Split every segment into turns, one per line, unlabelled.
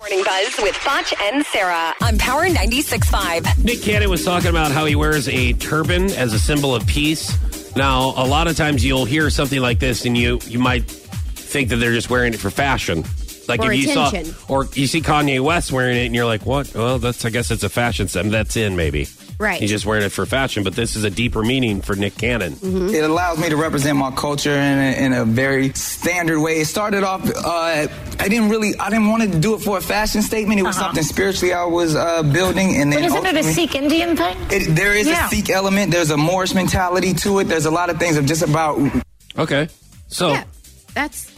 Morning Buzz with Foch and Sarah on Power 96.5.
Nick Cannon was talking about how he wears a turban as a symbol of peace. Now, a lot of times you'll hear something like this, and you you might think that they're just wearing it for fashion. Like
Or
if you
attention.
saw or you see Kanye West wearing it, and you're like, "What? Well, that's I guess it's a fashion. I that's in maybe.
Right.
He's just wearing it for fashion, but this is a deeper meaning for Nick Cannon.
Mm-hmm.
It allows me to represent my culture in a, in a very standard way. It started off. Uh, I didn't really. I didn't want to do it for a fashion statement. It was something spiritually I was uh, building, and then
Uh-huh. But isn't it a
ultimately-
Sikh Indian thing?
It- there is
Yeah.
a Sikh element. There's a Moorish mentality to it. There's a lot of things of just about.
Okay, so
Yeah, that's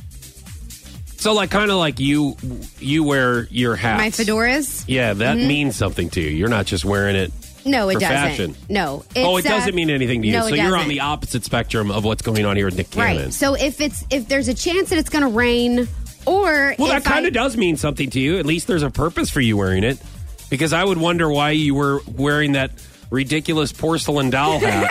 so like kind of like you you wear your hat.
my Mm-hmm. fedoras.
Yeah, that means something to you. You're not just wearing it.
No, it
for
doesn't.
fashion.
No.
oh, it
it's, uh,
doesn't mean anything to you.
no,
so
it
you're on
doesn't.
the opposite spectrum of what's going on here with Nick
Right.
Cannon.
So if it's if there's a chance that it's going to rain, or
well,
if
that kind
I-
of does mean something to you. At least there's a purpose for you wearing it. Because I would wonder why you were wearing that ridiculous porcelain doll hat.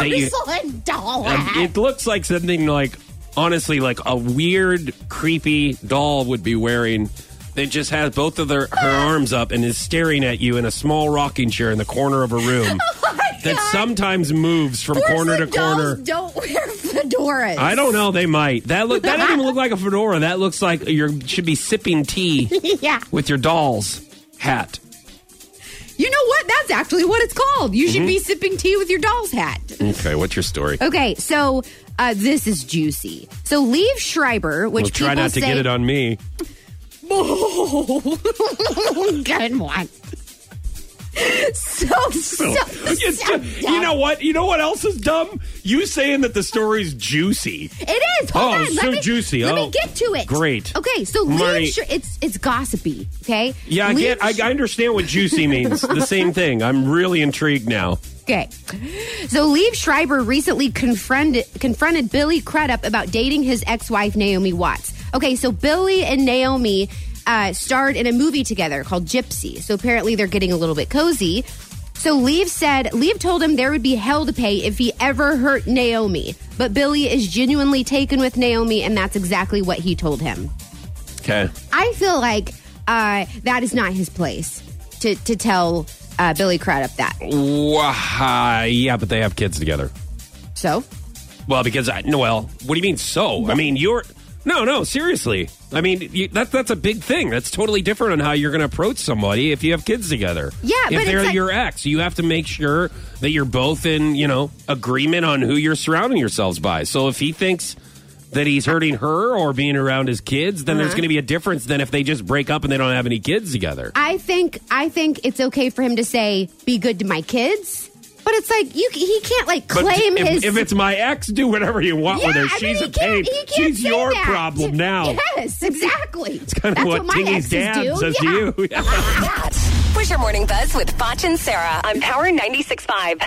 that you-
Porcelain doll.
Um, it looks like something like, honestly, like a weird, creepy doll would be wearing. That just has both of their, her arms up and is staring at you in a small rocking chair in the corner of a room that sometimes moves from corner to
Oh Porcelain dolls
corner.
Don't wear fedoras.
I don't know. They might. That look. That doesn't even look like a fedora. That looks like you should be sipping tea
Yeah.
with your doll's hat.
You know what? That's actually what it's called. You
Mm-hmm.
should be sipping tea with your doll's hat.
Okay, what's your story?
Okay, so uh, this is juicy. So leave Schreiber, which
Well, try
people
not to
say,
get it on me.
Good one. so, so,
It's
so
ju-
dumb.
you know what? You know what else is dumb? You saying that the story's juicy.
It is. Hold
Oh,
on.
it's
let
so
me,
juicy.
Let
Oh,
me get to it.
great.
Okay, so
Marty.
leave. Schre- it's it's gossipy. Okay.
Yeah, I
Leave
get. I,
Sch-
I understand what juicy means. the same thing. I'm really intrigued now.
Okay. So Liev Schreiber recently confronted confronted Billy Crudup about dating his ex-wife Naomi Watts. Okay, so Billy and Naomi uh, starred in a movie together called Gypsy. So apparently they're getting a little bit cozy. So Liev said Liev told him there would be hell to pay if he ever hurt Naomi. But Billy is genuinely taken with Naomi, and that's exactly what he told him.
Okay.
I feel like uh, that is not his place to to tell uh, Billy Crudup that.
Why? Yeah, but they have kids together.
So
Well, because I, no, well, what do you mean? So, I mean, you're no, no, seriously. I mean, you, that that's a big thing. That's totally different on how you're going to approach somebody if you have kids together.
Yeah,
if
but it's
they're
like-
your ex, you have to make sure that you're both in, you know, agreement on who you're surrounding yourselves by. So if he thinks that he's hurting her or being around his kids, then there's
Uh-huh.
going to be a difference than if they just break up and they don't have any kids together.
I think I think it's okay for him to say be good to my kids, but it's like you he can't like
But
claim
if,
his.
if it's my ex, do whatever you want
yeah,
with her.
I mean,
She's
he
a
can't,
babe.
he can't
She's
say
your
that.
problem now.
Yes, exactly. It's
Kind of
That's
what,
what my
Tingy's
exes
dad
do.
says
yeah.
to you.
Push your morning buzz with Foch and Sarah on Power 96.5.